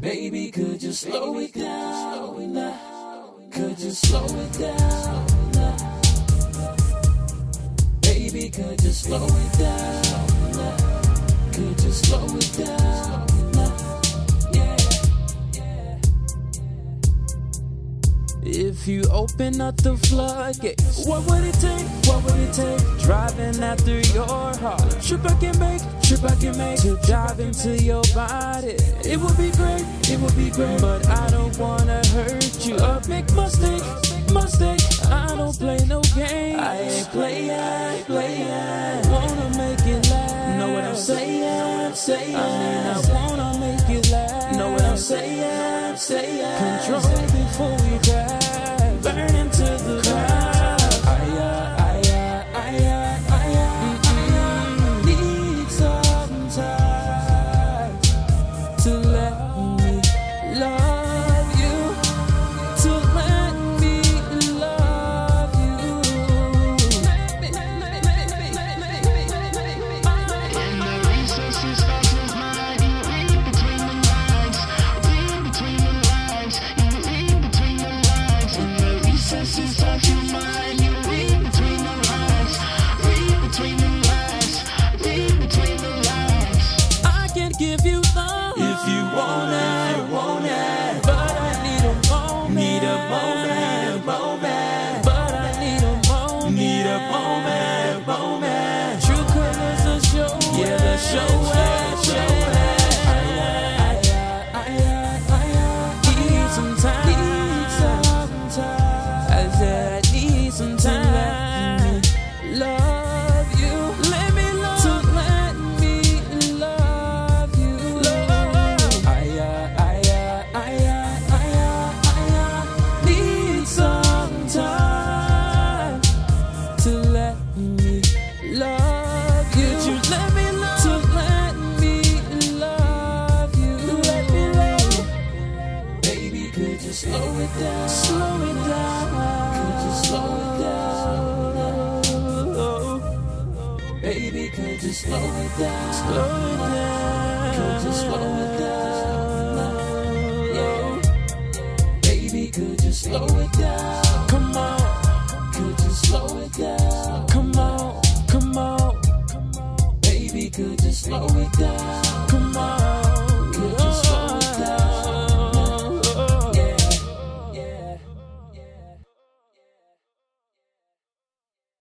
Baby, could you slow it down? Could you slow it down? Baby, could you slow it down? Could you slow it down? Yeah. If you open up the floodgates, what would it take? What would it take? Driving after your heart. Trip I can make, trip I can make. To dive into your body. It would be great, it would be great. But I don't wanna hurt you. A big mistake, mistake. I don't play no games. I ain't playing, playing. Wanna make it last. Know what I'm saying, saying. I mean, I wanna make it last. Know what I'm saying, saying. Control before we crash. Burn into the ground. I, uh, I, uh, I, uh, I, uh, mm, mm, need some time to let me love you. To let me love you. In the recesses of his mind, you read between the lines. Read between the lines. You read between the lines. In the recesses of your mind, you read between the lines. Read between the lines. Read between the lines. I can give you love if you want it, want it. But I need a moment, need a moment, moment. But I need a moment, need a moment, moment. True colors are show, yeah, the show it, show it. I, I, I, I, I, I need some time, need some time. I said I need some time. To let me love you. Let me love to let me love you. Love. I uh, I uh, I uh, I uh, I uh, need some time to let me love you. Could you let me love to let me love you? Let me love. Baby, could you slow it down? Slow it down. Could you slow it down? Baby, could you slow it down? Slow it down. Could you slow it down? Yeah. Baby, could you slow it down? Come on. Could you slow it down? Come on, come on. Baby, could you slow it down?